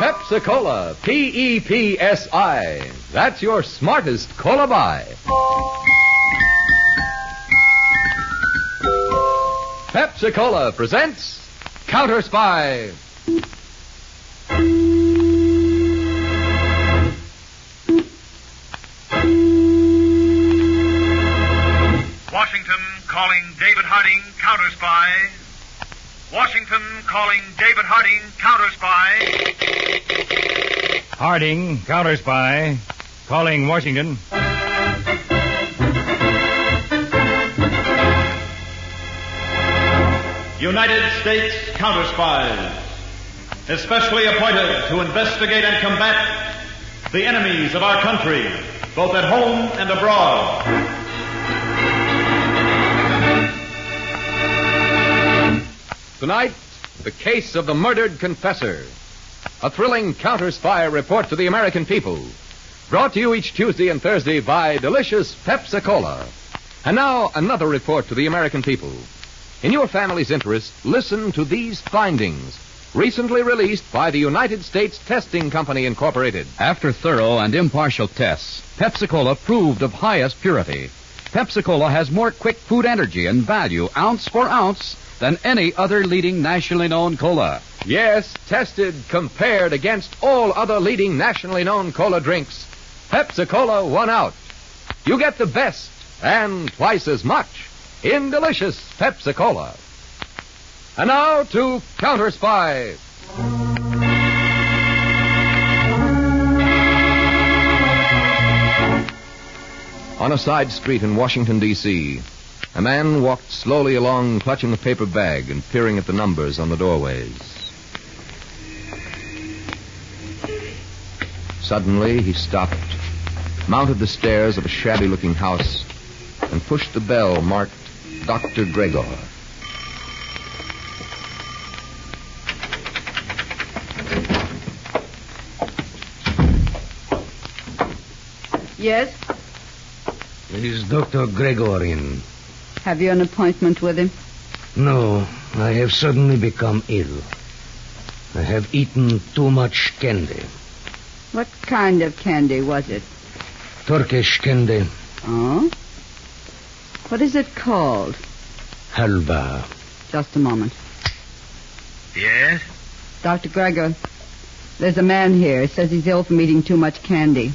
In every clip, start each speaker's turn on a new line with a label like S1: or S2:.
S1: Pepsi-Cola, E P-E-P-S-I. That's your smartest cola buy. Pepsi-Cola presents Counter Spy.
S2: Washington calling David Harding counter spy. Washington calling David Harding counter spy.
S3: Harding, counter spy, calling Washington.
S4: United States counter spies, especially appointed to investigate and combat the enemies of our country, both at home and abroad.
S1: Tonight, the case of the murdered confessor. A thrilling counter spy report to the American people. Brought to you each Tuesday and Thursday by delicious Pepsi Cola. And now, another report to the American people. In your family's interest, listen to these findings. Recently released by the United States Testing Company, Incorporated.
S5: After thorough and impartial tests, Pepsi-Cola proved of highest purity. Pepsi-Cola has more quick food energy and value, ounce for ounce, than any other leading nationally known cola.
S1: Yes, tested, compared against all other leading nationally known cola drinks, Pepsi Cola won out. You get the best and twice as much in delicious Pepsi Cola. And now to Counter Spy. On a side street in Washington, D.C., a man walked slowly along, clutching a paper bag and peering at the numbers on the doorways. Suddenly, he stopped, mounted the stairs of a shabby looking house, and pushed the bell marked Dr. Gregor.
S6: Yes?
S7: Is Dr. Gregor in?
S6: Have you an appointment with him?
S7: No, I have suddenly become ill. I have eaten too much candy.
S6: What kind of candy was it?
S7: Turkish candy,
S6: Oh? What is it called?
S7: halva.
S6: Just a moment.
S2: Yes?
S6: Dr. Gregor, there's a man here. Says he's ill from eating too much candy.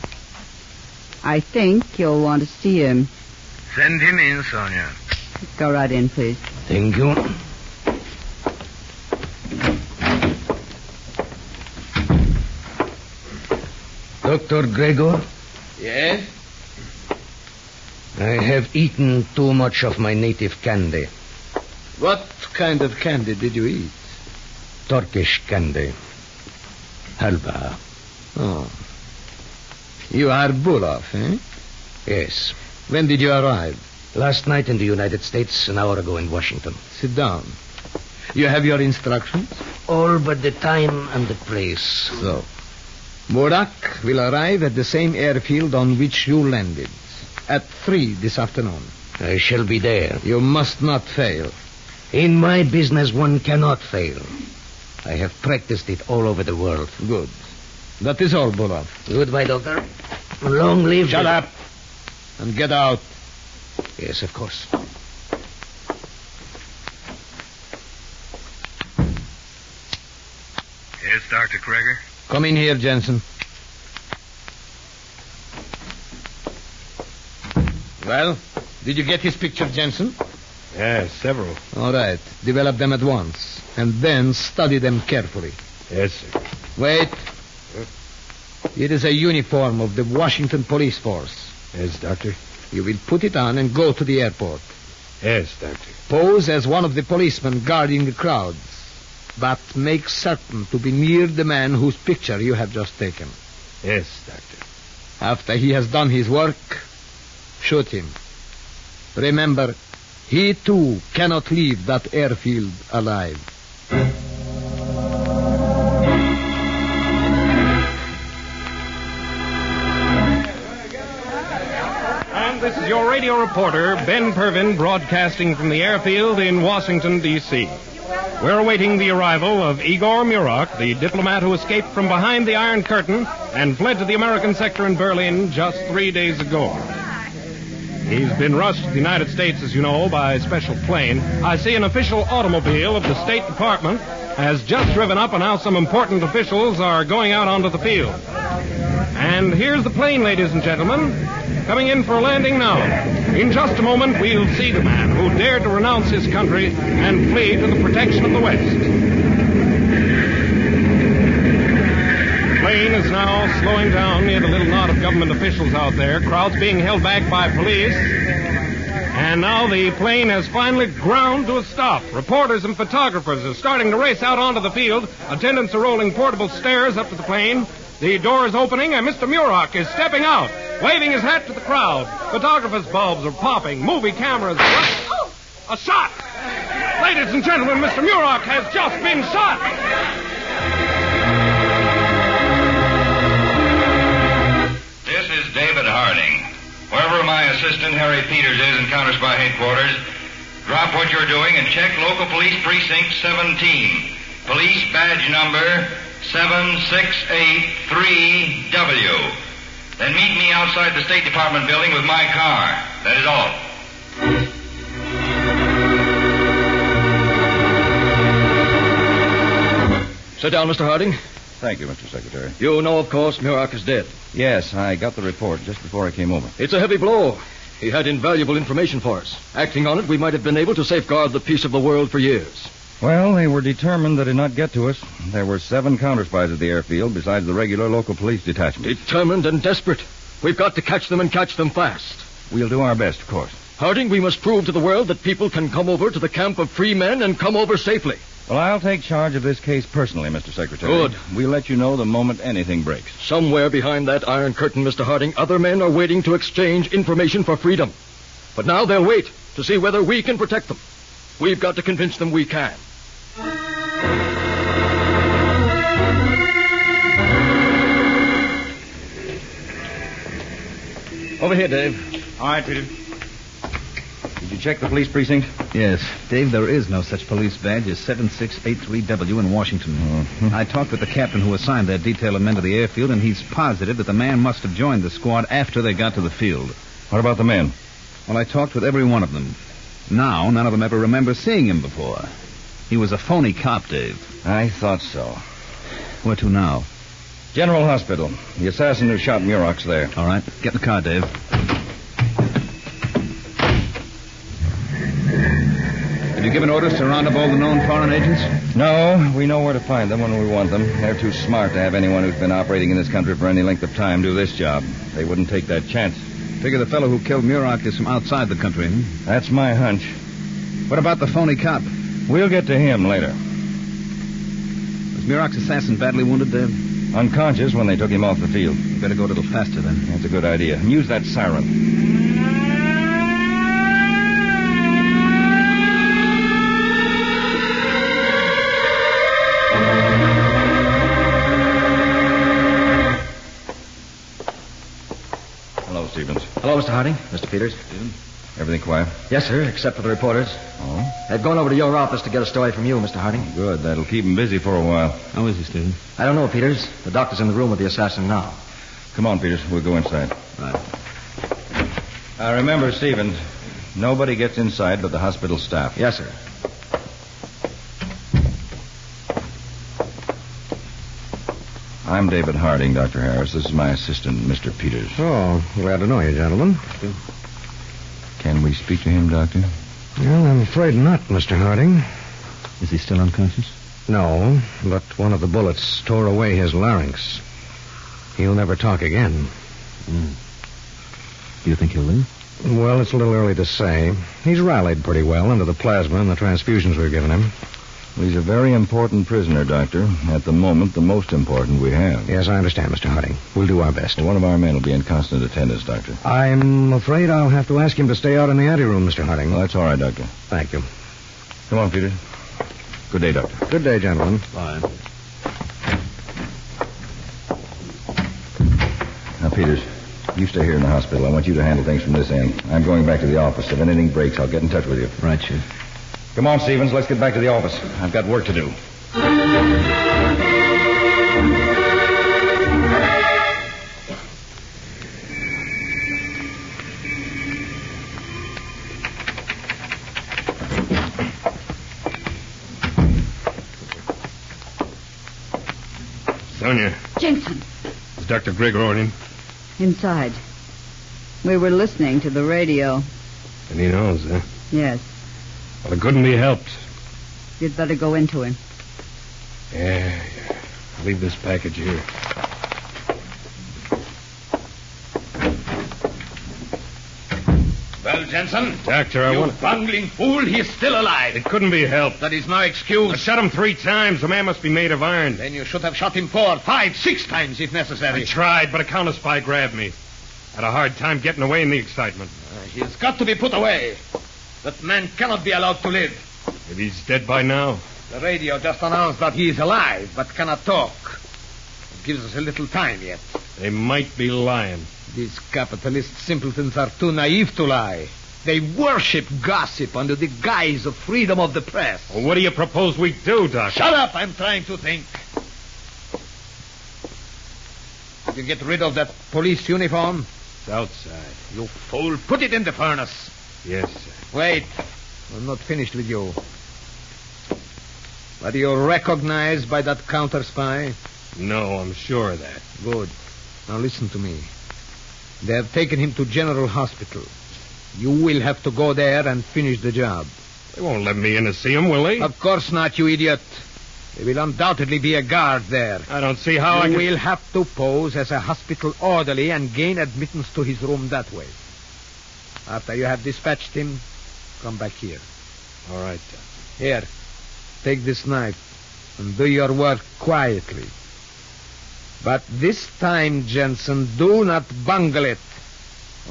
S6: I think you'll want to see him.
S2: Send him in, Sonia.
S6: Go right in, please.
S7: Thank you. Dr. Gregor,
S2: Yes?
S7: I have eaten too much of my native candy,
S2: What kind of candy did you eat?
S7: Turkish candy, halva.
S2: Oh. You are Bulov, eh?
S7: Yes.
S2: When did you arrive?
S7: Last night in the United States, an hour ago in Washington.
S2: Sit down. You have your instructions?
S7: All but the time and the place.
S2: So. Murak will arrive at the same airfield on which you landed. At three this afternoon.
S7: I shall be there.
S2: You must not fail.
S7: In my business, one cannot fail. I have practiced it all over the world.
S2: Good. That is all, Bulov.
S7: Goodbye, Doctor. Long live.
S2: Shut
S7: the-
S2: up and get out.
S7: Yes, of course.
S2: Yes, Dr. Kreger. Come in here, Jensen. Well, did you get his picture, Jensen?
S3: Yes, several.
S2: All right. Develop them at once, and then study them carefully.
S3: Yes, sir.
S2: Wait. It is a uniform of the Washington Police Force.
S3: Yes, doctor.
S2: You will put it on and go to the airport.
S3: Yes, doctor.
S2: Pose as one of the policemen guarding the crowds, but make certain to be near the man whose picture you have just taken.
S3: Yes, doctor.
S2: After he has done his work, shoot him. Remember, he too cannot leave that airfield alive.
S3: And this is your radio reporter, Ben Pervin, broadcasting from the airfield in Washington, D.C.
S1: We're awaiting the arrival of Igor Murak, the diplomat who escaped from behind the Iron Curtain and fled to the American sector in Berlin just three days ago. He's been rushed to the United States, as you know, by special plane. I see an official automobile of the State Department has just driven up, and now some important officials are going out onto the field. And here's the plane, ladies and gentlemen, coming in for a landing now. In just a moment, we'll see the man who dared to renounce his country and flee to the protection of the West. The plane is now slowing down near the little knot of government officials out there, crowds being held back by police. And now the plane has finally ground to a stop. Reporters and photographers are starting to race out onto the field. Attendants are rolling portable stairs up to the plane. The door is opening, and Mr. Murock is stepping out, waving his hat to the crowd. Photographers' bulbs are popping. Movie cameras. A shot! Ladies and gentlemen, Mr. Murock has just been shot!
S8: This is David Harding. Wherever my assistant Harry Peters is in Counter Spy headquarters, drop what you're doing and check local police precinct 17. Police badge number 7683W. Then meet me outside the State Department building with my car. That is all.
S9: Sit down, Mr. Harding.
S10: Thank you, Mr. Secretary.
S9: You know, of course, Murak is dead.
S10: Yes, I got the report just before I came over.
S9: It's a heavy blow. He had invaluable information for us. Acting on it, we might have been able to safeguard the peace of the world for years.
S10: Well, they were determined that he'd not get to us. There were seven counterspies at the airfield besides the regular local police detachment.
S9: Determined and desperate. We've got to catch them and catch them fast.
S10: We'll do our best, of course.
S9: Harding, we must prove to the world that people can come over to the camp of free men and come over safely.
S10: Well, I'll take charge of this case personally, Mr. Secretary.
S9: Good.
S10: We'll let you know the moment anything breaks.
S9: Somewhere behind that iron curtain, Mr. Harding, other men are waiting to exchange information for freedom. But now they'll wait to see whether we can protect them. We've got to convince them we can. Over here, Dave.
S11: All right, Peter.
S10: Did you check the police precinct?
S12: Yes, Dave, there is no such police badge as 7683W in Washington.
S10: Mm-hmm.
S12: I talked with the captain who assigned that detail of men to the airfield, and he's positive that the man must have joined the squad after they got to the field.
S10: What about the men?
S12: Well, I talked with every one of them. Now, none of them ever remember seeing him before. He was a phony cop, Dave.
S10: I thought so.
S12: Where to now?
S10: General Hospital. The assassin who shot Murock's there.
S12: All right, get in the car, Dave. Have you given orders to round up all the known foreign agents?
S10: No, we know where to find them when we want them. They're too smart to have anyone who's been operating in this country for any length of time do this job. They wouldn't take that chance.
S12: Figure the fellow who killed Murock is from outside the country. Hmm?
S10: That's my hunch.
S12: What about the phony cop?
S10: We'll get to him later.
S12: Was Murock's assassin badly wounded, Dave?
S10: Unconscious when they took him off the field.
S12: You better go a little faster then.
S10: That's a good idea. Use that siren. Hello, Stevens.
S13: Hello, Mr. Harding. Mr. Peters.
S10: Everything quiet?
S13: Yes, sir, except for the reporters.
S10: Oh,
S13: They've gone over to your office to get a story from you, Mr. Harding.
S10: good. That'll keep him busy for a while.
S12: How is he, Stephen?
S13: I don't know, Peters. The doctor's in the room with the assassin now.
S10: Come on, Peters. We'll go inside.
S12: Right.
S10: Uh, remember, Stevens, nobody gets inside but the hospital staff.
S13: Yes, sir.
S10: I'm David Harding, Dr. Harris. This is my assistant, Mr. Peters.
S7: Oh, glad to know you, gentlemen.
S10: Can we speak to him, Doctor?
S7: Well, I'm afraid not, Mr. Harding.
S12: Is he still unconscious?
S7: No, but one of the bullets tore away his larynx. He'll never talk again.
S12: Do you think he'll live?
S7: Well, it's a little early to say. He's rallied pretty well under the plasma and the transfusions we've given him.
S10: Well, he's a very important prisoner, Doctor. At the moment, the most important we have.
S7: Yes, I understand, Mr. Harding. We'll do our best.
S10: Well, one of our men will be in constant attendance, Doctor.
S7: I'm afraid I'll have to ask him to stay out in the anteroom, Mr. Harding.
S10: Well, that's all right, Doctor.
S7: Thank you.
S10: Come on, Peter. Good day, Doctor.
S7: Good day, gentlemen.
S12: Fine.
S10: Now, Peters, you stay here in the hospital. I want you to handle things from this end. I'm going back to the office. If anything breaks, I'll get in touch with you.
S12: Right, Chief.
S14: Come on, Stevens. Let's get back to the office. I've got work to do.
S8: Sonia,
S6: Jensen,
S8: is Dr. Gregor in?
S6: inside. We were listening to the radio.
S8: And he knows,
S7: eh?
S8: huh?
S6: Yes,
S8: Well, it couldn't be helped.
S6: you'd better go into him.
S8: Yeah, yeah. I'll leave this package here.
S15: Well, Jensen.
S8: Doctor, I
S15: you
S8: want-
S15: bungling fool, he's still alive.
S8: It couldn't be helped.
S15: That is no excuse.
S8: I shot him three times. The man must be made of iron.
S15: Then you should have shot him four, five, six times if necessary.
S8: I tried, but a counter spy grabbed me. Had a hard time getting away in the excitement.
S15: Uh, he's got to be put away. That man cannot be allowed to live.
S8: If he's dead by now,
S15: The radio just announced that he is alive, but cannot talk. It gives us a little time yet.
S8: they might be lying.
S7: These capitalist simpletons are too naive to lie. They worship gossip under the guise of freedom of the press.
S8: Well, what do you propose we do, Doctor?
S15: Shut up! I'm trying to think. Did you get rid of that police uniform?
S8: It's outside.
S15: You fool. Put it in the furnace.
S8: Yes, sir.
S15: Wait.
S7: I'm not finished with you. But you're recognized by that counter spy?
S8: No, I'm sure of that.
S7: Good. Now listen to me. They have taken him to General Hospital. You will have to go there and finish the job.
S8: They won't let me in to see him, will they?
S7: Of course not, you idiot. There will undoubtedly be a guard there.
S8: I don't see Uh, how I
S7: you
S8: can...
S7: will have to pose as a hospital orderly and gain admittance to his room that way. After you have dispatched him, come back here.
S8: All right,
S7: Here, take this knife and do your work quietly. But this time, Jensen, do not bungle it,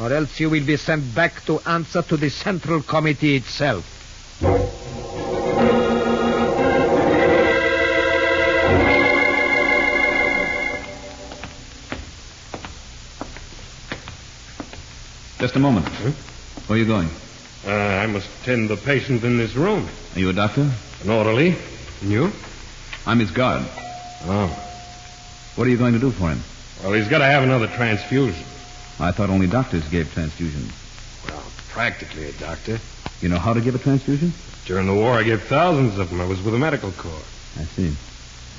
S7: or else you will be sent back to answer to the Central Committee itself.
S1: Just a moment. Where are you going?
S8: Uh, I must tend the patient in this room.
S1: Are you a doctor?
S8: An orderly. And you?
S1: I'm his guard.
S8: Oh.
S1: What are you going to do for him?
S8: Well, he's got to have another transfusion.
S1: I thought only doctors gave transfusions.
S8: Practically a doctor.
S1: You know how to give a transfusion?
S8: During the war, I gave thousands of them. I was with the medical corps.
S1: I see.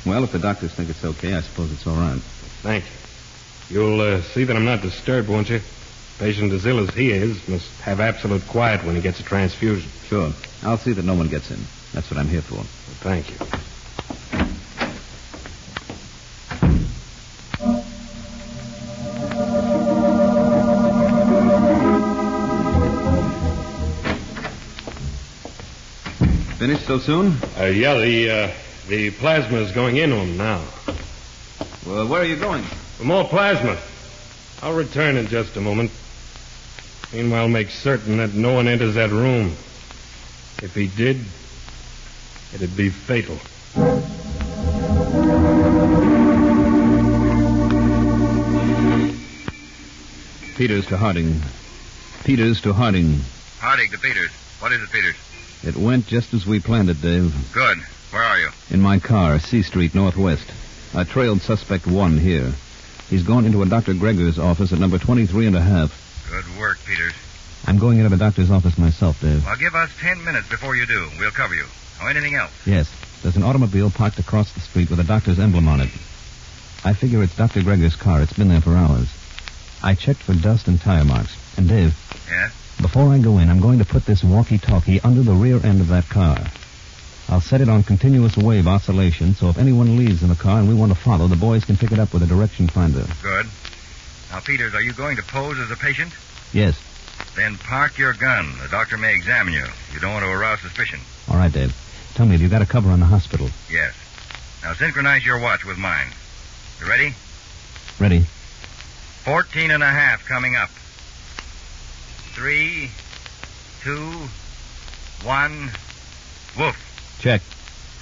S1: Well, if the doctors think it's okay, I suppose it's all right.
S8: Thank you. You'll uh, see that I'm not disturbed, won't you? Patient as ill as he is must have absolute quiet when he gets a transfusion.
S1: Sure. I'll see that no one gets in. That's what I'm here for.
S8: Thank you.
S1: Finished so soon?
S8: Uh, yeah, the uh, the plasma is going into him now.
S1: Well, where are you going?
S8: For more plasma. I'll return in just a moment. Meanwhile, make certain that no one enters that room. If he did, it'd be fatal.
S1: Peters to Harding. Peters to Harding.
S10: Harding to Peters. What is it, Peters?
S1: It went just as we planned it, Dave.
S10: Good. Where are you?
S1: In my car, C Street, Northwest. I trailed suspect one here. He's gone into a Dr. Gregor's office at number 23 and a half.
S10: Good work, Peters.
S1: I'm going into the doctor's office myself, Dave.
S10: Well, give us ten minutes before you do. We'll cover you. Oh, anything else?
S1: Yes. There's an automobile parked across the street with a doctor's emblem on it. I figure it's Dr. Gregor's car. It's been there for hours. I checked for dust and tire marks. And Dave,
S10: Yeah?
S1: before I go in, I'm going to put this walkie-talkie under the rear end of that car. I'll set it on continuous wave oscillation, so if anyone leaves in the car and we want to follow, the boys can pick it up with a direction finder.
S10: Good. Now, Peters, are you going to pose as a patient?
S1: Yes.
S10: Then park your gun. The doctor may examine you. You don't want to arouse suspicion.
S1: All right, Dave. Tell me, have you got a cover on the hospital?
S10: Yes. Now, synchronize your watch with mine. You ready?
S1: Ready?
S10: Fourteen and a half coming up. Three, two, one, woof.
S1: Check.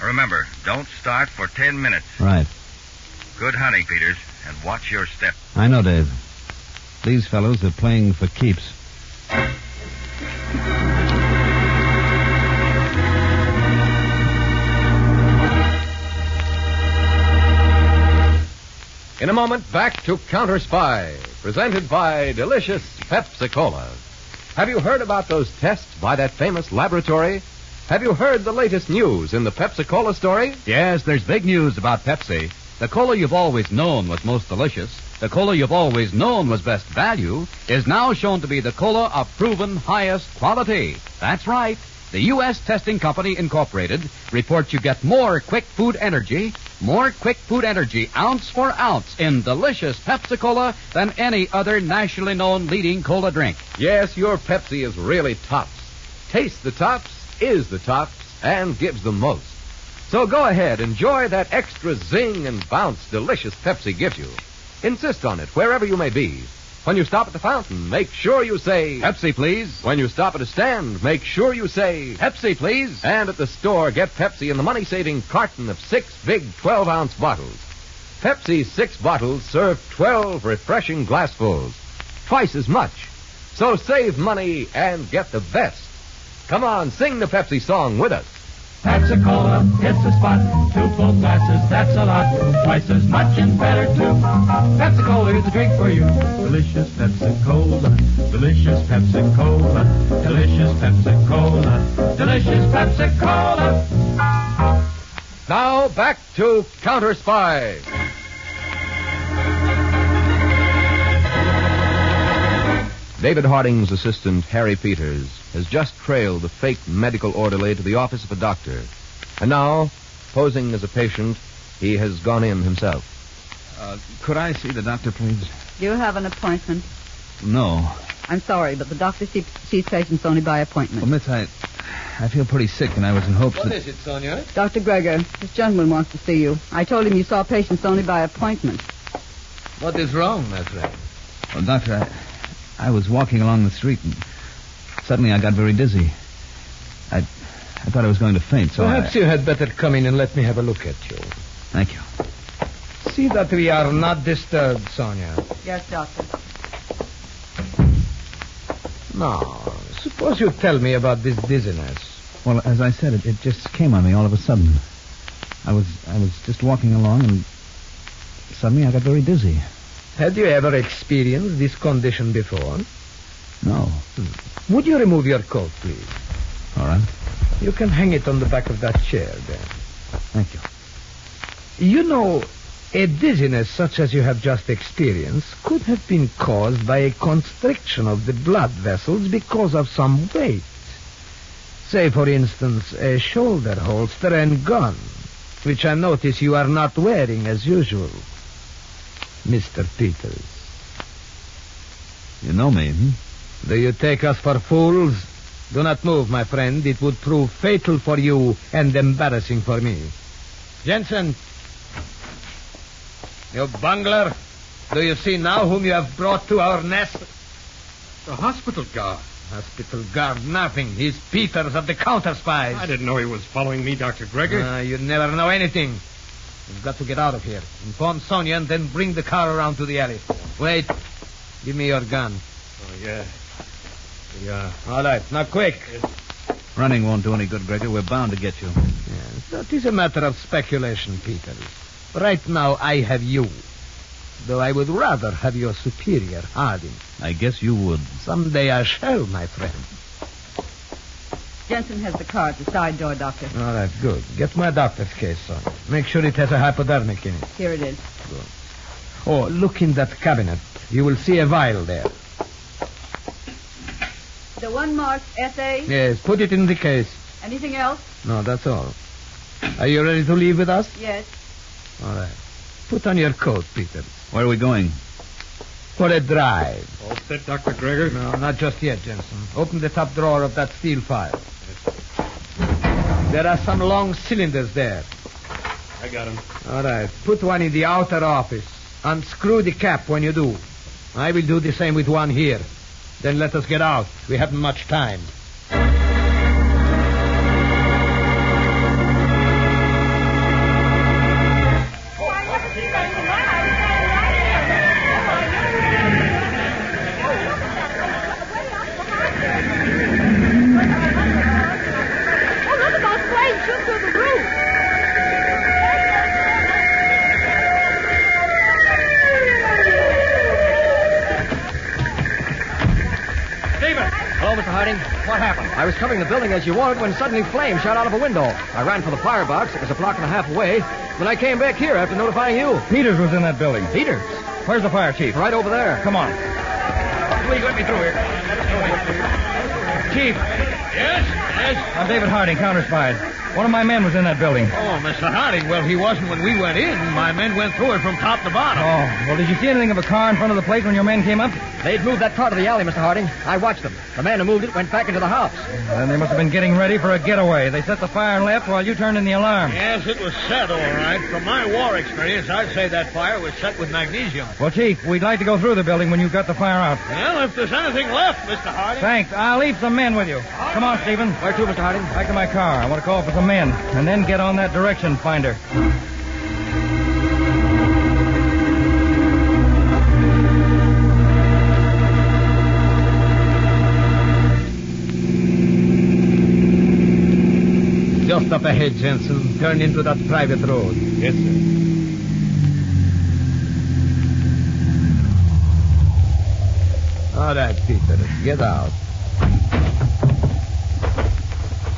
S10: Remember, don't start for ten minutes.
S1: Right.
S10: Good hunting, Peters, and watch your step.
S1: I know, Dave. These fellows are playing for keeps. In a moment, back to Counter Spy, presented by delicious Pepsi Cola. Have you heard about those tests by that famous laboratory? Have you heard the latest news in the Pepsi Cola story?
S10: Yes, there's big news about Pepsi. The cola you've always known was most delicious, the cola you've always known was best value, is now shown to be the cola of proven highest quality. That's right. The U.S. Testing Company Incorporated reports you get more quick food energy, more quick food energy ounce for ounce in delicious Pepsi Cola than any other nationally known leading cola drink.
S1: Yes, your Pepsi is really tops. Tastes the tops, is the tops, and gives the most. So go ahead, enjoy that extra zing and bounce delicious Pepsi gives you. Insist on it wherever you may be. When you stop at the fountain, make sure you say,
S10: Pepsi, please.
S1: When you stop at a stand, make sure you say,
S10: Pepsi, please.
S1: And at the store, get Pepsi in the money saving carton of six big 12 ounce bottles. Pepsi's six bottles serve 12 refreshing glassfuls, twice as much. So save money and get the best. Come on, sing the Pepsi song with us.
S16: Pepsi Cola hits the spot. Two full glasses, that's a lot. Twice as much and better too. Pepsi Cola is the drink for you. Delicious Pepsi Cola. Delicious Pepsi Cola. Delicious Pepsi Cola. Delicious Pepsi Cola.
S1: Now back to Counter Spy. David Harding's assistant, Harry Peters, has just trailed the fake medical orderly to the office of a doctor. And now, posing as a patient, he has gone in himself.
S17: Uh, could I see the doctor, please?
S6: Do you have an appointment?
S17: No.
S6: I'm sorry, but the doctor see- sees patients only by appointment.
S17: Well, Mitz, I, I feel pretty sick, and I was in hopes that...
S7: it, Sonia?
S6: Dr. Gregor, this gentleman wants to see you. I told him you saw patients only by appointment.
S7: What is wrong, my friend?
S17: Well, doctor, I, I was walking along the street, and suddenly I got very dizzy. I, I thought I was going to faint, so I...
S7: Perhaps you had better come in and let me have a look at you.
S17: Thank you.
S7: See that we are not disturbed, Sonia.
S6: Yes, doctor.
S7: Now, suppose you tell me about this dizziness.
S17: Well, as I said, it, it just came on me all of a sudden. I was I was just walking along, and suddenly I got very dizzy.
S7: Had you ever experienced this condition before?
S17: No.
S7: Would you remove your coat, please?
S17: All right.
S7: You can hang it on the back of that chair there.
S17: Thank you.
S7: You know, a dizziness such as you have just experienced could have been caused by a constriction of the blood vessels because of some weight. Say, for instance, a shoulder holster and gun, which I notice you are not wearing as usual. Mr. Peters,
S17: You know me, hmm?
S7: do you take us for fools? Do not move, my friend. It would prove fatal for you and embarrassing for me. Jensen, you bungler! Do you see now whom you have brought to our nest? The hospital guard. Hospital guard, nothing. He's Peters of the counter spies.
S8: I didn't know he was following me, Dr. Gregor.
S7: Ah, you never know anything. We've got to get out of here. Inform Sonia and then bring the car around to the alley. Wait. Give me your gun.
S8: oh, yeah.
S7: Yeah. All right. Now, quick.
S17: Running won't do any good, Gregor. We're bound to get you.
S7: Yes, that is a matter of speculation, Peters. Right now, I have you. Though I would rather have your superior, Harding.
S17: I guess you would.
S7: Someday I shall, my friend.
S6: Jensen has the car at the side door, doctor.
S7: All right, good. Get my doctor's case, son. Make sure it has a hypodermic in it.
S6: Here it is.
S7: Oh, look in that cabinet. You will see a vial there.
S6: The one marked SA.
S7: Yes, put it in the case.
S6: Anything else?
S7: No, that's all. Are you ready to leave with us?
S6: Yes.
S7: All right. Put on your coat, Peter.
S17: Where are we going?
S7: For a drive.
S8: All set, Dr. Gregor?
S7: No, not just yet, Jensen. Open the top drawer of that steel file. There are some long cylinders there.
S8: I got him.
S7: All right. Put one in the outer office. Unscrew the cap when you do. I will do the same with one here. Then let us get out. We haven't much time.
S18: Oh, look at those planes shoot through the roof.
S19: I was covering the building as you wanted when suddenly flame shot out of a window. I ran for the firebox. It was a block and a half away. Then I came back here after notifying you.
S7: Peters was in that building.
S19: Peters?
S7: Where's the fire chief?
S19: Right over there.
S7: Come on.
S20: Please let me through here.
S7: Chief.
S20: Yes, yes.
S7: I'm David Harding, counter spied. One of my men was in that building.
S20: Oh, Mr. Harding. Well, he wasn't when we went in. My men went through it from top to bottom.
S7: Oh, well, did you see anything of a car in front of the plate when your men came up?
S19: They'd moved that car to the alley, Mr. Harding. I watched them. The man who moved it went back into the house.
S7: Then they must have been getting ready for a getaway. They set the fire and left while you turned in the alarm.
S20: Yes, it was set, all right. From my war experience, I'd say that fire was set with magnesium.
S7: Well, Chief, we'd like to go through the building when you've got the fire out.
S20: Well, if there's anything left, Mr. Harding.
S7: Thanks. I'll leave some men with you. Come on, Stephen.
S19: Where to, Mr. Harding?
S7: Back to my car. I want to call for some men, and then get on that direction finder.
S1: Just up ahead, Jensen. Turn into that private road.
S8: Yes, sir.
S1: All right, Peter. Get out.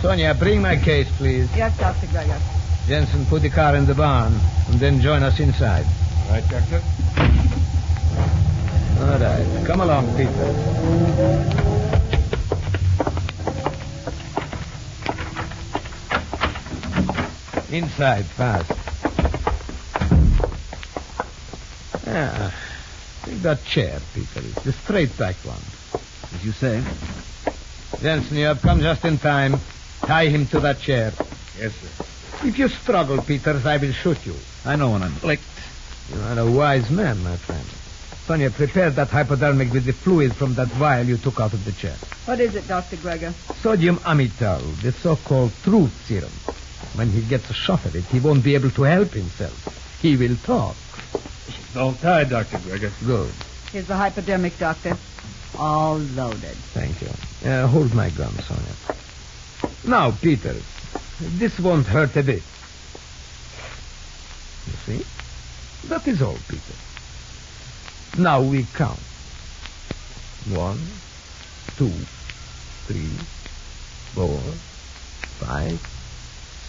S1: Sonia, bring my case, please.
S6: Yes, Dr. Gregor.
S1: Jensen, put the car in the barn and then join us inside.
S8: Right, Doctor.
S1: All right. Come along, Peter. Inside, fast. Ah, take that chair, Peter. It's the straight back one.
S10: As you say.
S1: Jensen, you have come just in time. Tie him to that chair.
S8: Yes, sir.
S1: If you struggle, Peters, I will shoot you.
S10: I know when I'm licked.
S1: You are a wise man, my friend. Sonia, prepare that hypodermic with the fluid from that vial you took out of the chair.
S6: What is it, Dr. Gregor?
S1: Sodium amytal, the so-called truth serum. When he gets a shot at it, he won't be able to help himself. He will talk.
S8: It's all tied, Dr. Gregor.
S1: Good.
S6: Here's the hypodermic, Doctor. All loaded.
S1: Thank you. Uh, hold my gun, Sonia. Now, Peter, this won't hurt a bit. You see? That is all, Peter. Now we count. One, two, three, four, five,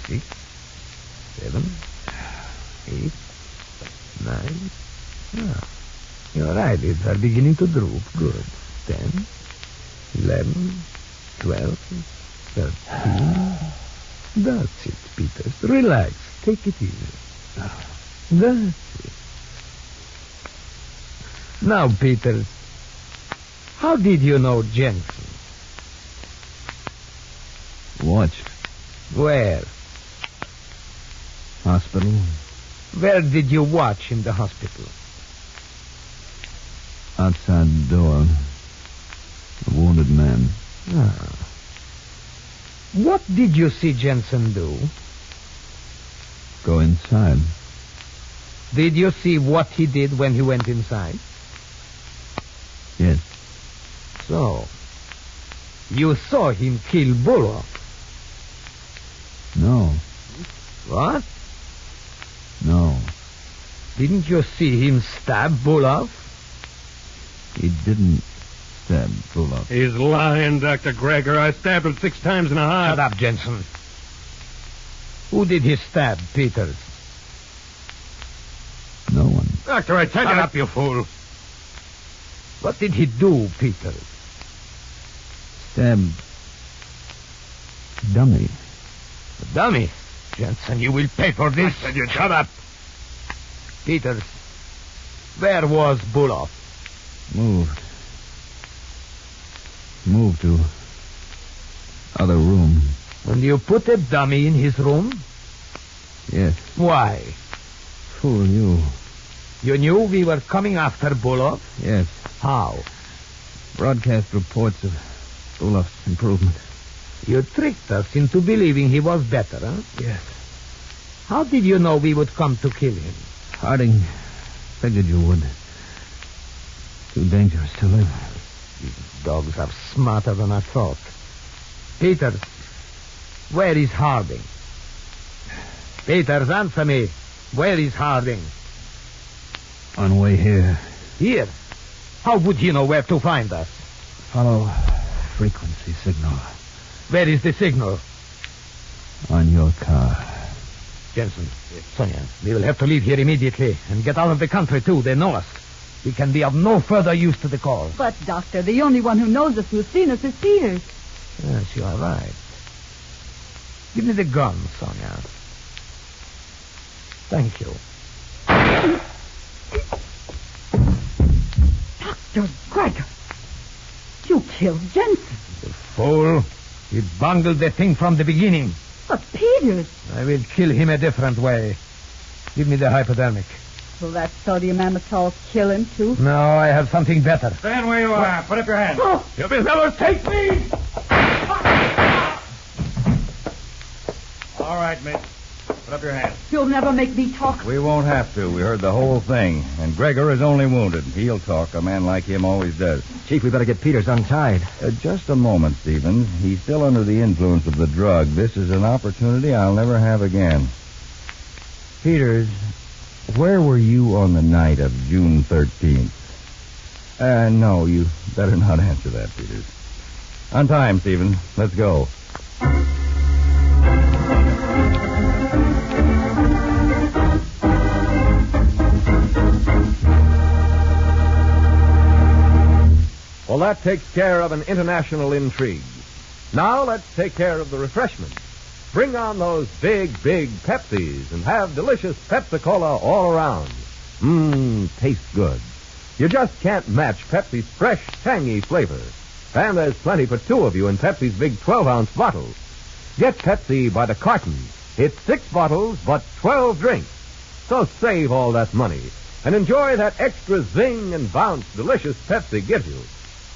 S1: six, seven, eight, nine. Ah, your eyelids are beginning to droop. Good. Ten, eleven, twelve, thirteen. That's it, Peters. Relax. Take it easy. That's it. Now, Peters, how did you know Jensen?
S10: Watched.
S1: Where?
S10: Hospital.
S1: Where did you watch in the hospital?
S10: Outside the door. A wounded man.
S1: Ah. What did you see Jensen do?
S10: Go inside.
S1: Did you see what he did when he went inside?
S10: Yes.
S1: So, you saw him kill Bullock?
S10: No.
S1: What?
S10: No.
S1: Didn't you see him stab Bullock?
S10: He didn't stab Bullock.
S8: He's lying, Dr. Gregor. I stabbed him six times in the heart.
S1: Shut up, Jensen. Who did he stab, Peters?
S10: No one.
S8: Doctor, I tell
S1: Shut
S8: you.
S1: up, you fool. What did he do, Peters?
S10: Stabbed. Dummy.
S1: The dummy. Jensen, you will pay for this.
S8: I said you shut up.
S1: Peters, where was Bullock?
S10: Moved. Moved to other room.
S1: And you put a dummy in his room?
S10: Yes.
S1: Why?
S10: Fool you.
S1: You knew we were coming after Bullock?
S10: Yes.
S1: How?
S10: Broadcast reports of Olaf's improvement.
S1: You tricked us into believing he was better, huh?
S10: Yes.
S1: How did you know we would come to kill him?
S10: Harding figured you would. Too dangerous to live.
S1: These dogs are smarter than I thought. Peters, where is Harding? Peters, answer me. Where is Harding?
S10: On way here.
S1: Here. How would he know where to find us?
S10: Follow frequency signal.
S7: Where is the signal?
S10: on your car.
S7: Jensen, Sonia, we will have to leave here immediately and get out of the country, too. They know us. We can be of no further use to the cause.
S6: But, Doctor, the only one who knows us who's seen us is Peters.
S7: Yes, you are right. Give me the gun, Sonia. Thank you.
S6: Dr. Gregor, you killed Jensen.
S7: Fool. He bungled the thing from the beginning.
S6: But Peters,
S7: I will kill him a different way. Give me the hypodermic.
S6: will that sodium amytal kill him, too?
S7: Now I have something better.
S21: Stand where you are. Put up your hands.
S1: Oh.
S7: You will never take me!
S21: All right, Mitch. Put up your hands.
S6: You'll never make me talk.
S10: We won't have to. We heard the whole thing. And Gregor is only wounded. He'll talk. A man like him always does. Chief, we better get Peters untied. just a moment, Stevens. He's still under the influence of the drug. This is an opportunity I'll never have again. Peters, where were you on the night of June 13th? Uh, no, you better not answer that, Peters. On time, Stevens. Let's go.
S8: Well, that takes care of an international intrigue. Now let's take care of the refreshment. Bring on those big, big Pepsis and have delicious Pepsi Cola all around. Mmm, tastes good. You just can't match Pepsi's fresh, tangy flavor. And there's plenty for two of you in Pepsi's big 12 ounce bottle. Get Pepsi by the carton. It's six bottles, but 12 drinks. So save all that money and enjoy that extra zing and bounce delicious Pepsi gives you.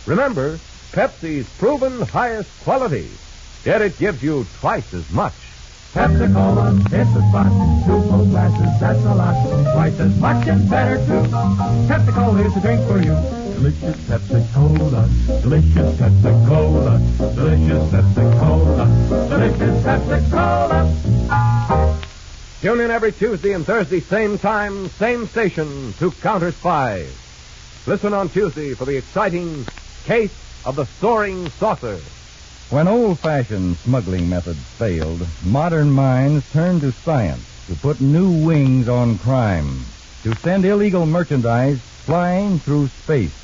S8: Remember, Pepsi's proven highest quality, yet it gives you twice as much.
S22: Pepsi Cola, it's a spot. Two full glasses, that's a lot. Twice as much and better too. Pepsi Cola is a drink for you. Delicious Pepsi Cola, delicious Pepsi Cola, delicious Pepsi Cola, delicious Pepsi Cola.
S8: Tune in every Tuesday and Thursday, same time, same station, to Counter Spy. Listen on Tuesday for the exciting case of the soaring saucer.
S10: When old fashioned smuggling methods failed, modern minds turned to science to put new wings on crime, to send illegal merchandise flying through space.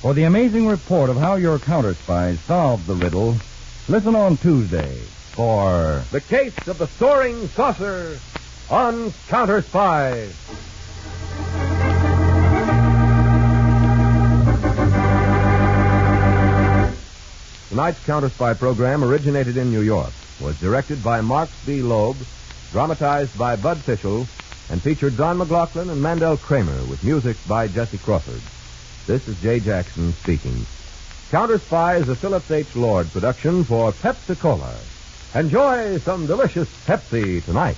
S10: For the amazing report of how your counter spies solved the riddle, listen on Tuesday for
S8: The case of the soaring saucer on Counter Spy. Tonight's Counter Spy program originated in New York, was directed by Mark D. Loeb, dramatized by Bud Fischel, and featured Don McLaughlin and Mandel Kramer with music by Jesse Crawford. This is Jay Jackson speaking. Counter Spy is a Phillips H. Lord production for Pepsi Cola. Enjoy some delicious Pepsi tonight.